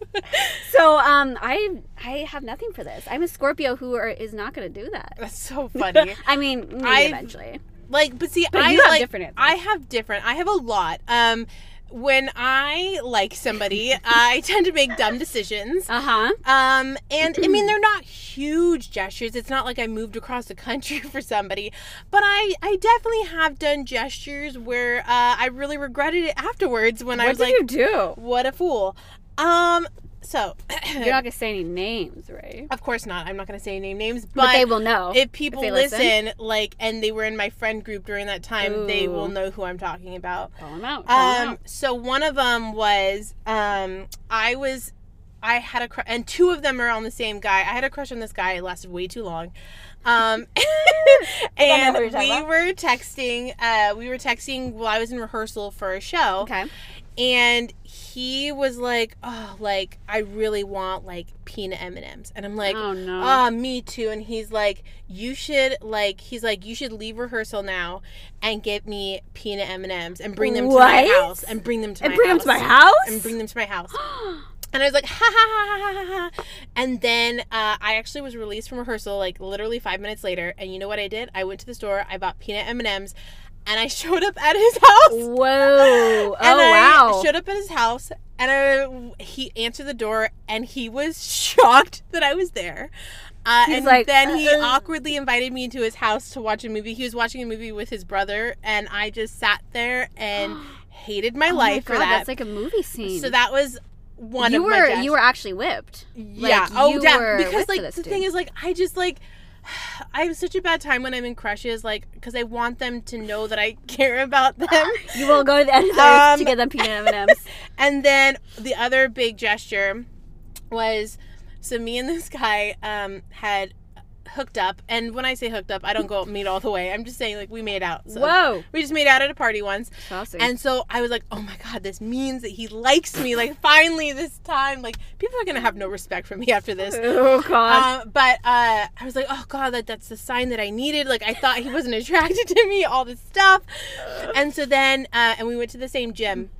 death. So um, I, I have nothing for this. I'm a Scorpio who are, is not going to do that.
That's so funny.
I mean, maybe
I've-
eventually.
like, but see,
But
I
you have
like,
different answers.
I have different. I have a lot. Um, when I like somebody, I tend to make dumb decisions.
Uh huh.
Um, and I mean, they're not huge gestures. It's not like I moved across the country for somebody, but I, I definitely have done gestures where uh, I really regretted it afterwards when I
What
was
did
like,
you do?
what a fool. Um, so,
You're not going to say any names, right?
of course not. I'm not going to say any names, but,
But, they will know.
if people
they
listen,
listen.
like, and they were in my friend group during that time, they
Ooh.
will know who I'm talking about.
Call them out. Call 'em
Um, so one of them was um, I was I had a crush, and two of them are on the same guy. I had a crush on this guy. It lasted way too long. Um, and
what
we
you're talking about.
were texting. Uh, we were texting while I was in rehearsal for a
out.
show,
Okay.
and he was like, "Oh, like I really want like peanut M and M's," and I'm like,
oh no.
Ah, me too. And he's like, you should like, he's like, you should leave rehearsal now and get me peanut M and M's and bring them to my
What?
house and bring them to
and
my
bring
house
them to my house.
and bring them to my house. And I was like, ha ha ha ha ha ha. And then uh, I actually was released from rehearsal like literally five minutes later. And you know what I did? I went to the store. I bought peanut M and M's, and I showed up at his house.
Whoa! Oh
and I
wow!
Showed up at his house, and I, he answered the door, and he was shocked that I was there. Uh,
He's
and
like,
then he
uh-uh.
awkwardly invited me into his house to watch a movie. He was watching a movie with his brother, and I just sat there and hated my
Oh my
life
God,
for that.
That's like a movie scene.
so that was one
you
of
were
my best-
you were actually whipped.
yeah
like,
oh
you
yeah
were
because
with
like the
this
thing
dude.
is like I just like I have such a bad time when I'm in crushes like because I want them to know that I care about them.
You will go to the end of the
Um,
earth to get them peanut M and M's.
And then the other big gesture was so me and this guy um, had hooked up. And when I say hooked up, I don't go meet all the way. I'm just saying, like, we made out. So
Whoa!
we just made out at a party once.
Saucy.
And so I was like, oh my God, this means that he likes me. Like, finally, this time, like, people are going to have no respect for me after this.
oh god!
Um, but uh, I was like, oh god, that that's the sign that I needed. Like I thought he wasn't attracted to me, all this stuff. And so then, uh, and we went to the same gym.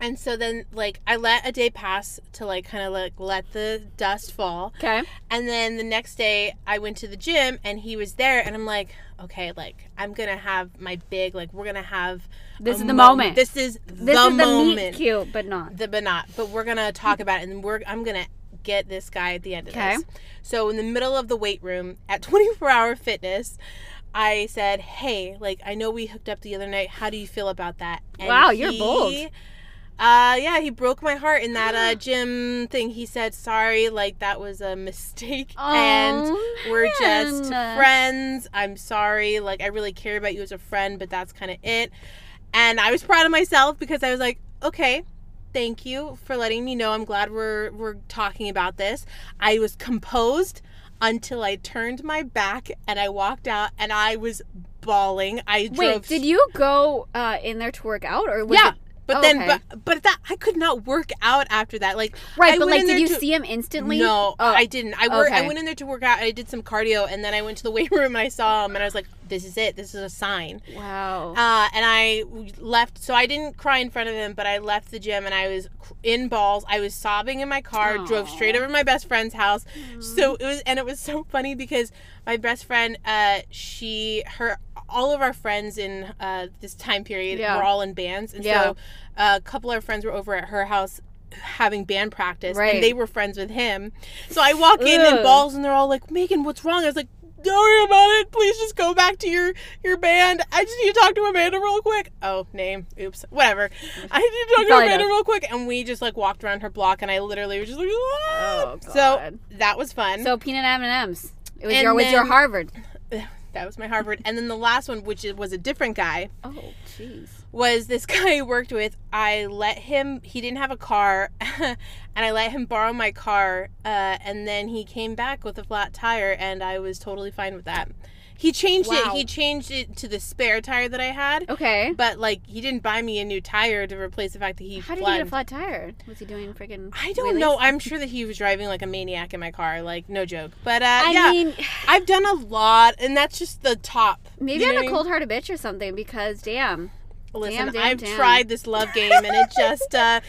And so then, like I let a day pass to like kind of like let the dust fall.
okay.
And then the next day, I went to the gym and he was there, and I'm like, okay, like I'm gonna have my big like we're gonna have
This
a
is the
mom-
moment.
This is
This
the
is the
moment
meet cute, but not.
the but not but we're gonna talk about it and we're i'm gonna get this guy at the end of
Okay.
this so in the middle of the weight room at 24 hour fitness i said hey like i know we hooked up the other night how do you feel about that
Wow, you're bold.
uh yeah he broke my heart in that uh gym thing he said sorry like that was a mistake and
Oh,
we're just
man.
friends. I'm sorry. Like, I really care about you as a friend, but that's kind of it. And I was proud of myself because I was like, okay, thank you for letting me know. I'm glad we're we're talking about this. I was composed until I turned my back and I walked out and I was bawling. I
Wait,
drove
did you go uh, in there to work out, or was
Yeah.
it-
But But
Oh,
then,
okay.
but, but that I could not work out after that. Like,
Right,
I
but
went
like,
in
did
there
you
to-
see him instantly?
no,
Oh,
I didn't. I work. I
okay.
went in there to work out. and I did some cardio, and then I went to the weight room and I saw him, and I was like, "This is it. This is a sign."
wow.
Uh, and I left. So I didn't cry in front of him, but I left the gym and I was cr- in balls. I was sobbing in my car. Drove
Aw.
straight over to my best friend's house.
Um,
So it was, and it was so funny because my best friend, uh, she, her, all of our friends in uh, this time period
Yeah.
were all in bands, and
Yeah.
so uh, a couple of our friends were over at her house having band practice,
Right.
and they were friends with him. So I walk in
Ugh.
and balls, and they're all like, "Megan, what's wrong?" I was like, "Don't worry about it. Please just go back to your your band. I just need to talk to Amanda real quick." Oh, name, oops, whatever. I need to talk to
Probably
Amanda
does.
real quick, and we just like walked around her block, and I literally was just like, "Ah."
Oh, God.
so that was fun.
so peanut M and M's. It was
And
your was your
then-
Harvard.
that was my Harvard, and then the last one, which is- was a different guy.
Oh, jeez.
was this guy I worked with. I let him, he didn't have a car, and I let him borrow my car. Uh, and then he came back with a flat tire, and I was totally fine with that. He changed
Wow.
it, he changed it to the spare tire that I had,
Okay.
but like he didn't buy me a new tire to replace the fact that he
How did he
flattened.
get a flat tire? Was he doing freaking?
I don't
wheelies?
know. I'm sure that he was driving like a maniac in my car, like no joke. But uh,
I
yeah,
mean,
I've done a lot, and that's just the top.
maybe
You know
I'm
what I
a
mean?
cold-hearted bitch or something because damn,
Listen,
damn,
I've
damn.
tried this love game, and it just uh,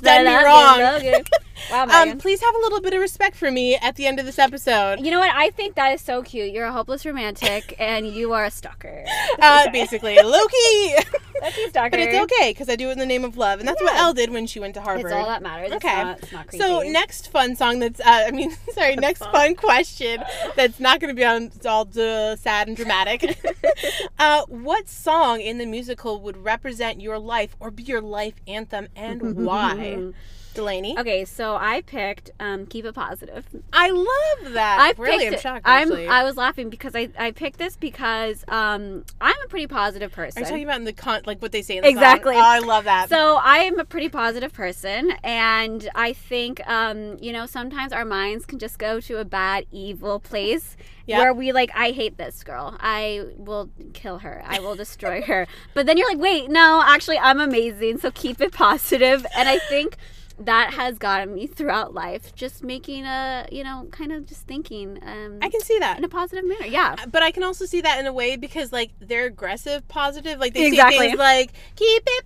That's
done me
better
wrong.
than Logan. Wow,
Um,
Megan.
please have a little bit of respect for me at the end of this episode.
you know what? I think that is so cute. You're a hopeless romantic, and you are a stalker.
Uh, basically, Loki.
That's you, stalker.
but it's okay because I do it in the name of love, and that's what
Yeah.
Elle did when she went to Harvard.
It's all that matters. It's
Okay.
not, it's not creepy.
so next fun song that's uh, I mean sorry next
fun.
fun question that's not going to be on it's all duh, sad and dramatic. uh, what song in the musical would represent your life or be your life anthem and why? Delaney,
Okay, so I picked um, "Keep It Positive."
I love that.
I
really
picked
am
it-
shocked.
I'm
actually.
I was laughing because I, I picked this because um I'm a pretty positive
Are you
person.
talking about in the con like what they say in the song?
Exactly.
Oh, I love that.
so I am a pretty positive person, and I think um, you know sometimes our minds can just go to a bad, evil place
Yeah.
where we like, I hate this girl. I will kill her. I will destroy her. But then you're like, wait, no, actually, I'm amazing. So keep it positive. And I think that has gotten me throughout life, just making a you know kind of just thinking um,
I can see that.
in a positive manner. Yeah.
But I can also see that in a way because like they're aggressive, positive. Like they say
Exactly.
things like "keep it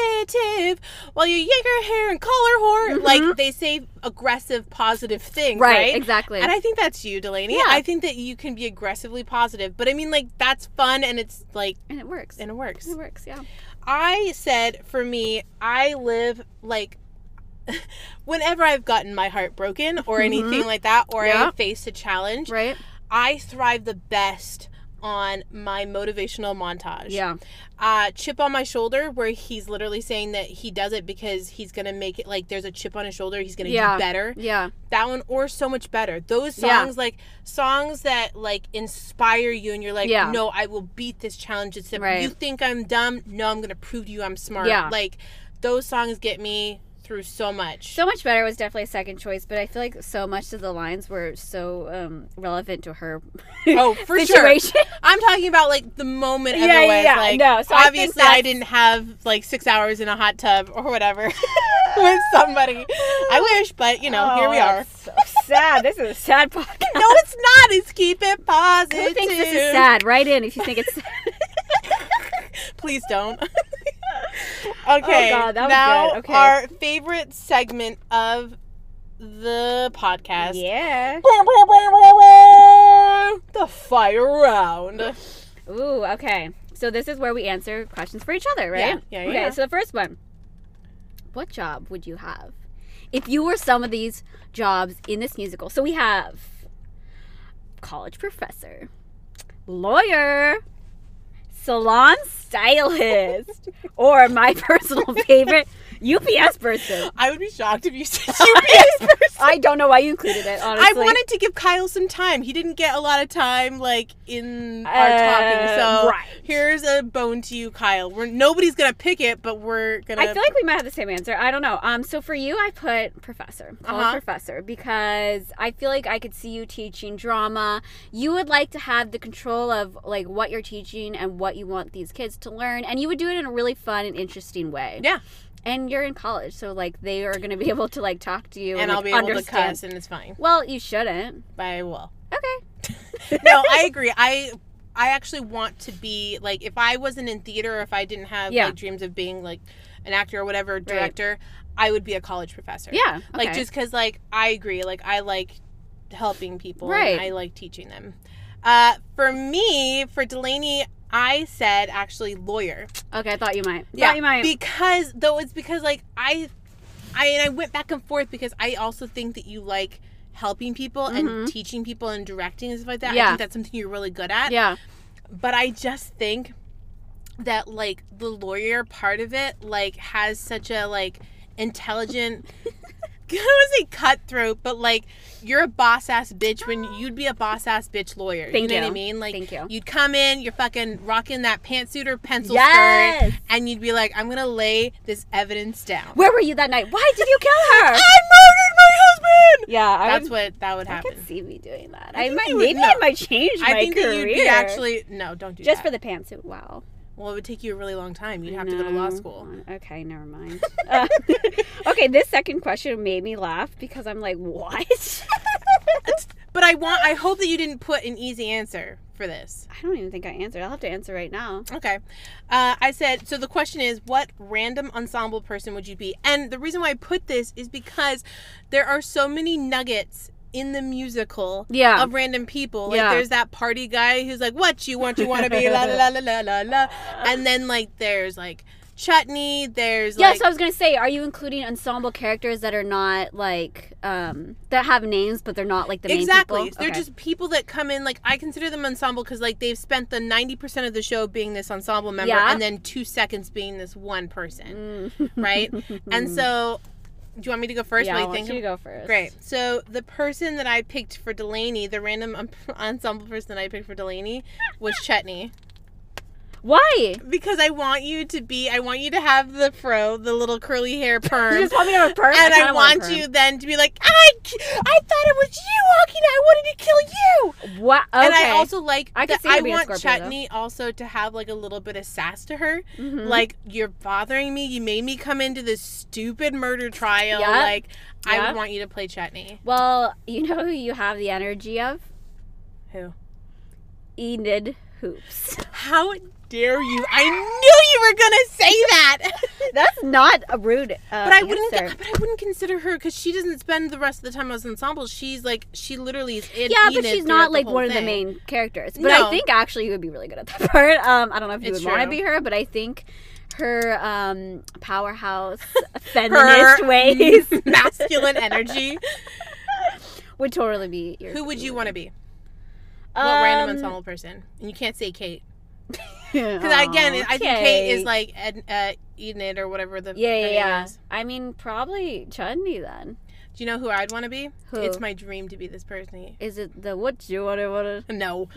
positive" while you yank her hair and call her whore.
Mhm.
Like they say aggressive, positive things, right?
Right, exactly.
And I think that's you, Delaney.
Yeah.
I think that you can be aggressively positive, but I mean like that's fun and it's like
and it works.
and it works.
It works, yeah.
I said for me, I live like whenever I've gotten my heart broken or
Mhm.
anything like that, or I
Yeah.
faced a challenge,
Right?
I thrive the best on my motivational montage.
Yeah.
Uh, chip on my shoulder, where he's literally saying that he does it because he's gonna make it like there's a chip on his shoulder, he's gonna
Yeah.
do better.
Yeah.
That one or so much better. Those
Yeah.
songs like songs that like inspire you and you're like,
Yeah.
no, I will beat this challenge. It's
Right.
you think I'm dumb, no, I'm gonna prove to you I'm smart.
Yeah.
Like those songs get me through so much.
So Much Better was definitely a second choice, but I feel like so much of the lines were so um, relevant to her
oh, for sure.
situation.
I'm talking about like the moment.
Yeah,
Otherwise,
yeah,
like,
no, so I think
obviously, I,
that's-
didn't have like six hours in a hot tub or whatever with somebody. I wish, but you know, here we are.
Oh, So sad. This is a sad podcast.
No, it's not. It's keep it positive.
Who thinks this is sad? Write in if you think it's sad.
Please don't. okay.
Oh, God, that was
now
good. Okay.
our favorite segment of the podcast.
yeah.
The fire round.
Ooh, okay. So this is where we answer questions for each other, right?
Yeah, yeah,
okay,
yeah.
so the first one. What job would you have if you were some of these jobs in this musical? So we have college professor, lawyer, salon stylist, or my personal favorite, UPS person.
I would be shocked if you said UPS person.
I don't know why you included it, honestly.
I wanted to give Kyle some time. He didn't get a lot of time, like in our
Uh,
talking. So
right.
here's a bone to you, Kyle. We're nobody's gonna pick it, but we're gonna.
I feel like we might have the same answer. I don't know. Um, so for you, I put professor, college
Uh-huh.
professor, because I feel like I could see you teaching drama. You would like to have the control of like what you're teaching and what you want these kids to learn, and you would do it in a really fun and interesting way.
Yeah.
and you're in college, so like they are gonna be able to like talk to you
and,
and,
I'll
like,
be able to
understand.
cuss, and it's fine.
Well, you shouldn't.
But I will.
Okay.
no, I agree. I I actually want to be like if I wasn't in theater, if I didn't have
Yeah.
like dreams of being like an actor or whatever director, I would be a college professor.
Yeah.
like
okay.
just because like I agree. Like I like helping people.
Right.
And I like teaching them. Uh, for me, for Delaney, I said actually lawyer.
Okay, I thought you might.
Yeah,
Thought you might.
Because though it's because like I, I and I went back and forth because I also think that you like helping people
Mhm.
and teaching people and directing and stuff like that. I
Yeah.
think that's something you're really good at.
yeah.
But I just think that like the lawyer part of it like has such a like intelligent. I don't want to say cutthroat, but like you're a boss ass bitch when you'd be a boss ass bitch lawyer.
Thank
you know what I
you.
mean? Like
Thank you.
you'd come in, you're fucking rocking that pantsuit or pencil skirt
Yes.
and you'd be like, I'm gonna lay this evidence down.
Where were you that night? Why did you kill her?
murdered my husband.
yeah, I would,
That's what that would
I
happen.
could see me doing that.
I
I,
think
might
you would
maybe
know.
I might change
I
my
think
career.
that you'd be actually no, don't do
just
that.
for the pantsuit. Wow.
well, it would take you a really long time. You'd have to go to law
No.
school.
Okay, never mind. Uh, okay, this second question made me laugh because I'm like, what?
But I want. I hope that you didn't put an easy answer for this.
I don't even think I answered. I'll have to answer right now.
Okay, uh, I said. So the question is, what random ensemble person would you be? And the reason why I put this is because there are so many nuggets in the musical
Yeah.
of random people. Like
Yeah.
there's that party guy who's like, "What you want? You want to be la la la la la la," and then like there's like chutney. There's
yeah,
like
so I was gonna say, are you including ensemble characters that are not like um that have names but they're not like the
exactly.
main people?
They're
Okay.
just people that come in. Like I consider them ensemble because like they've spent the ninety percent of the show being this ensemble member,
Yeah.
and then two seconds being this one person,
Mm.
right? and so, do you want me to go first?
yeah,
while
I
you
want
think
you
of-
to go first.
Great. So the person that I picked for Delaney, the random um, ensemble person that I picked for Delaney, was Chutney.
Why?
Because I want you to be, I want you to have the fro, the little curly hair
You
perm.
just want me to have a perm?
and I
kinda want a
want you then to be like, I, k- I thought it was you, Akina. I wanted to kill you.
perm. What? Okay.
And I also like,
I could
that
see her
I
being a
want
Scorpio, though.
Chutney also to have like a little bit of sass to her.
Mhm.
Like, you're bothering me. You made me come into this stupid murder trial.
Yep.
Like, I
Yep.
would want you to play Chutney.
Well, you know who you have the energy of?
Who?
Enid Hoops.
How dare you? I knew you were going to say that.
That's not a rude. Uh,
But I wouldn't.
answer.
But I wouldn't consider her because she doesn't spend the rest of the time as ensemble. She's like she literally is. in
yeah, but
Enid
she's
throughout
not
the
like
whole
one of
thing.
the main characters. But
No.
I think actually you would be really good at that part. Um, I don't know if you
It's
would want to
true.
be her, but I think her um, powerhouse
Her
feminist ways
masculine energy.
would totally be your.
Who would you want to be?
Um,
what random ensemble person? And you can't say Kate because
aw,
again, I think Kate is
Kate.
like Ed, uh, Enid or whatever the
Yeah,
her
yeah,
name
yeah.
is.
I mean, probably Chutney then.
Do you know who I'd want to be?
Who?
It's my dream to be this person.
Is it the what you want to want to?
No,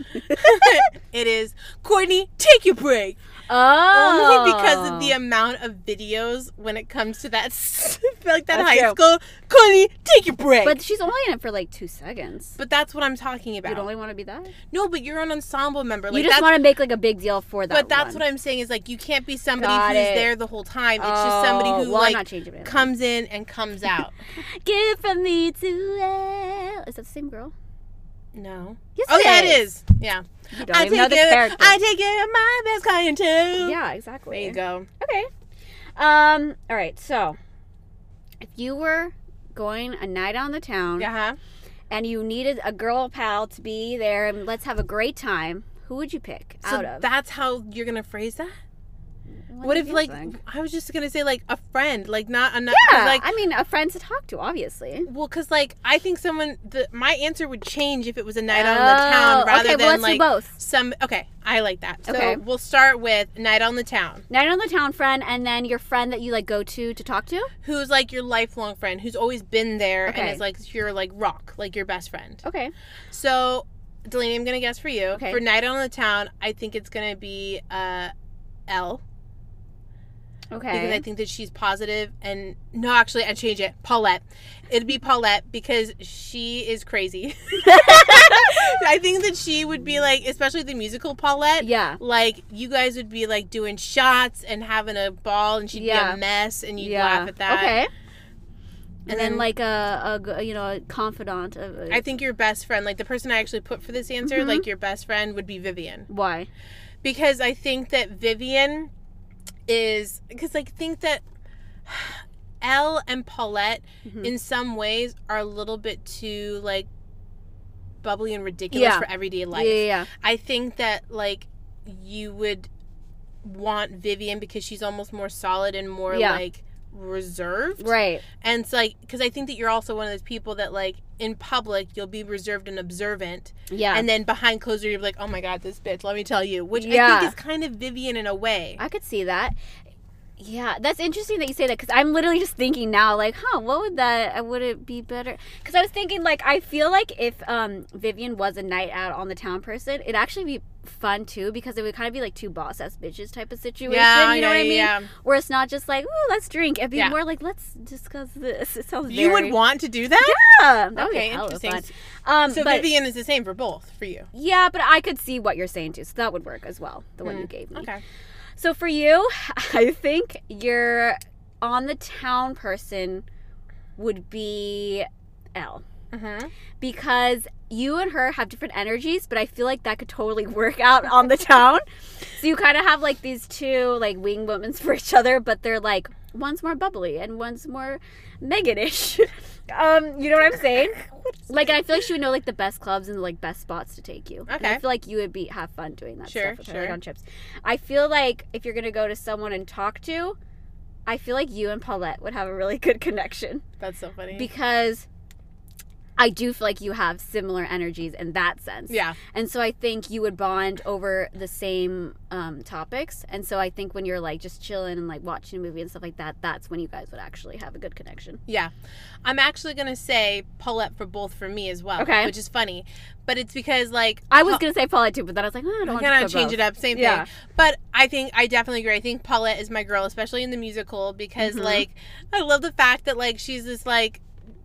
it is Courtney. Take your break.
Oh,
Only because of the uh, amount of videos when it comes to that, s- like that
That's
high
true.
school. Courtney, take your break.
But
But,
she's only in it for like two seconds.
that's what I'm talking about.
You'd only want to be that.
no, but you're an ensemble member. Like
you just
that's,
want to make like a big deal for that.
But that's what I'm saying is like you can't be somebody
Got
who's
it.
there the whole time. It's just somebody who
Oh, well, I'm
like
not changing it.
comes in and comes out.
Give from me to hell. Is that the same girl?
no.
Yes,
Oh yeah, it
is.
is. Yeah.
You don't even know the
care-
character.
I take care of my best client too. Yeah.
yeah,
There
exactly.
you go.
Okay. Um. All right. So, if you were going a night on the town
Uh huh.
and you needed a girl pal to be there and let's have a great time, who would you pick out
So
of?
that's how you're gonna phrase that.
what
What,
do
if
you
like
think?
I was just gonna say like a friend, like not another.
Yeah,
Like
I mean, a friend to talk to, obviously.
Well, because like I think someone the my answer would change if it was a night on the town rather
Oh, okay,
than
well, let's
like
do both.
some. Okay, I like that. So
Okay.
we'll start with night on the town.
Night on the town friend, and then your friend that you like go to to talk to.
Who's like your lifelong friend? Who's always been there
Okay.
and is like your like rock, like your best friend.
Okay.
So, Delaney, I'm gonna guess for you
Okay.
for night on the town. I think it's gonna be uh, L. because I
Okay.
think that she's positive and no, actually, I change it. Paulette. It'd be Paulette because she is crazy. I think that she would be like, especially the musical Paulette.
yeah.
Like you guys would be like doing shots and having a ball, and she'd
Yeah.
be a mess, and you'd
yeah.
laugh at that.
Okay. And, then,
And then-
like a, a g- you know a confidant. Of, uh,
I think your best friend, like the person I actually put for this answer,
Mhm.
like your best friend would be Vivian.
why?
because I think that Vivian is because I think that Elle and Paulette
Mhm.
in some ways are a little bit too like bubbly and ridiculous
Yeah.
for everyday
Yeah,
life.
yeah, yeah.
I think that like you would want Vivian because she's almost more solid and more
Yeah.
like reserved.
Right.
And it's like cuz I think that you're also one of those people that like in public you'll be reserved and observant
Yeah.
and then behind closed door, you're like, oh my god, this bitch. Let me tell you, which I
Yeah.
think is kind of Vivian in a way.
I could see that. Yeah, that's interesting that you say that because I'm literally just thinking now, like, huh, what would that? uh, Would it be better? Because I was thinking, like, I feel like if um, Vivian was a night out on the town person, it'd actually be fun too because it would kind of be like two boss ass bitches type of situation. you know what I mean?
yeah.
Where it's not just like, ooh, let's drink. It'd be
Yeah.
more like, let's discuss this. It sounds
You would
very-
want to do that?
Yeah, that would be
okay,
hella
interesting.
fun. Um,
So
but,
Vivian is the same for both for you.
yeah, but I could see what you're saying too, so that would work as well. The one
Mm,
you gave me.
Okay.
So for you, I think your on the town person would be L
Mm-hmm.
because you and her have different energies, but I feel like that could totally work out on the town. So you kind of have like these two like wing women for each other, but they're like one's more bubbly and one's more Megan-ish. um, you know what I'm saying? Like I feel like she would know like the best clubs and like best spots to take you. And I
Okay.
feel like you would be have fun doing that
Sure,
stuff with her, like
sure.
on trips. I feel like if you're gonna go to someone and talk to, I feel like you and Paulette would have a really good connection
That's so funny.
because I do feel like you have similar energies in that sense.
yeah.
And so I think you would bond over the same um, topics. And so I think when you're like just chilling and like watching a movie and stuff like that, that's when you guys would actually have a good connection.
Yeah. I'm actually going to say Paulette for both for me as well.
Okay.
Which is funny. But it's because, like,
I was gonna say Paulette too, but then I was like, oh, I don't
I
want
kind
to
of change it up, same
Yeah.
thing. But I think I definitely agree. I think Paulette is my girl, especially in the musical, because
Mhm.
like I love the fact that like she's this like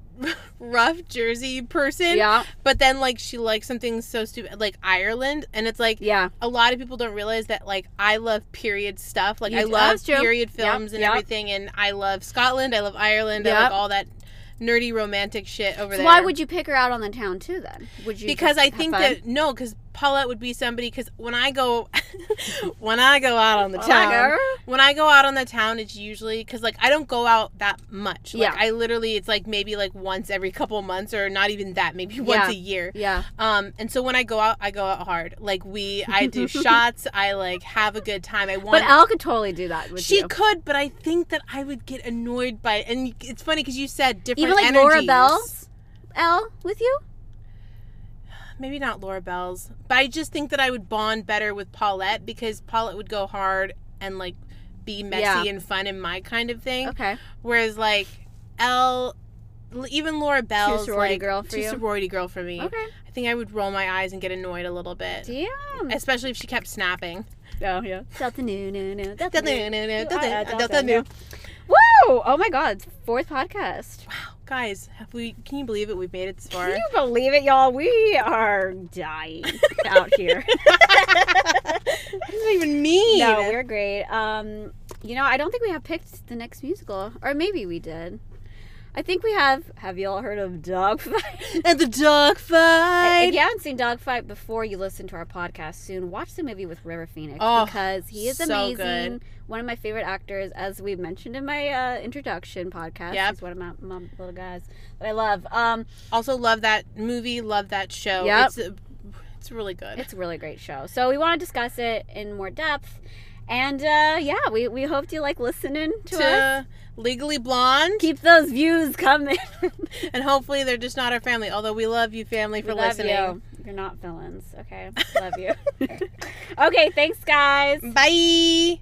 rough Jersey person,
Yeah,
but then like she likes something so stupid like Ireland, and it's like
yeah,
a lot of people don't realize that like I love period stuff. Like
You
I
do-
love
that's true.
period
Yep,
films and
yep.
everything, and I love Scotland. I love Ireland. I
Yep.
like all that nerdy romantic shit over
So
there.
why would you pick her out on the town too? Then would you?
because
just
I
have
think
fun?
that no, because Paulette would be somebody. Because when I go, when I go out on the
Well,
town,
like, er,
when I go out on the town, it's usually because like I don't go out that much. Like,
Yeah.
I literally it's like maybe like once every couple months or not even that, maybe once
Yeah.
a year.
yeah,
Um, and so when I go out, I go out hard. Like we, I do shots. I like have a good time. I
but
want.
Elle could totally do that with
she
you.
could, but I think that I would get annoyed by it. And it's funny because you said different.
Even like
energies.
Laura Bell's Elle with you.
maybe not Laura Bell's, but I just think that I would bond better with Paulette because Paulette would go hard and like be messy
Yeah.
and fun and my kind of thing.
Okay,
Whereas like Elle, l- even Laura Bell's
sorority
like,
girl for
too
you?
sorority girl for me.
okay,
I think I would roll my eyes and get annoyed a little bit,
damn.
especially if she kept snapping.
Oh yeah, Delta Nu Nu Nu Delta Nu. are a Delta Nu.
Wow,
Whoa! Oh my God, fourth podcast.
guys, have we? Can you believe it? We've made it this
Can
far.
you believe it, y'all? We are dying out here.
What does that even mean?
no, we're great. Um, you know, I don't think we have picked the next musical, or maybe we did. I think we have. Have y'all heard of Dogfight?
at the dog fight.
if you haven't seen Dogfight before, you listen to our podcast soon. Watch the movie with River Phoenix
Oh,
because he is
so
amazing.
good.
One of my favorite actors, as we mentioned in my uh, introduction podcast.
Yep.
He's one of my, my little guys that I love. Um,
Also love that movie, love that show.
Yep.
It's, it's really good.
it's a really great show. So we want to discuss it in more depth. And uh, yeah, we, we hope you like listening to, us.
To Legally Blonde,
Keep those views coming.
and hopefully they're just not our family. Although we love you, family, for
We love
listening.
you. You're not villains. Okay. Love you. okay. Thanks, guys.
Bye.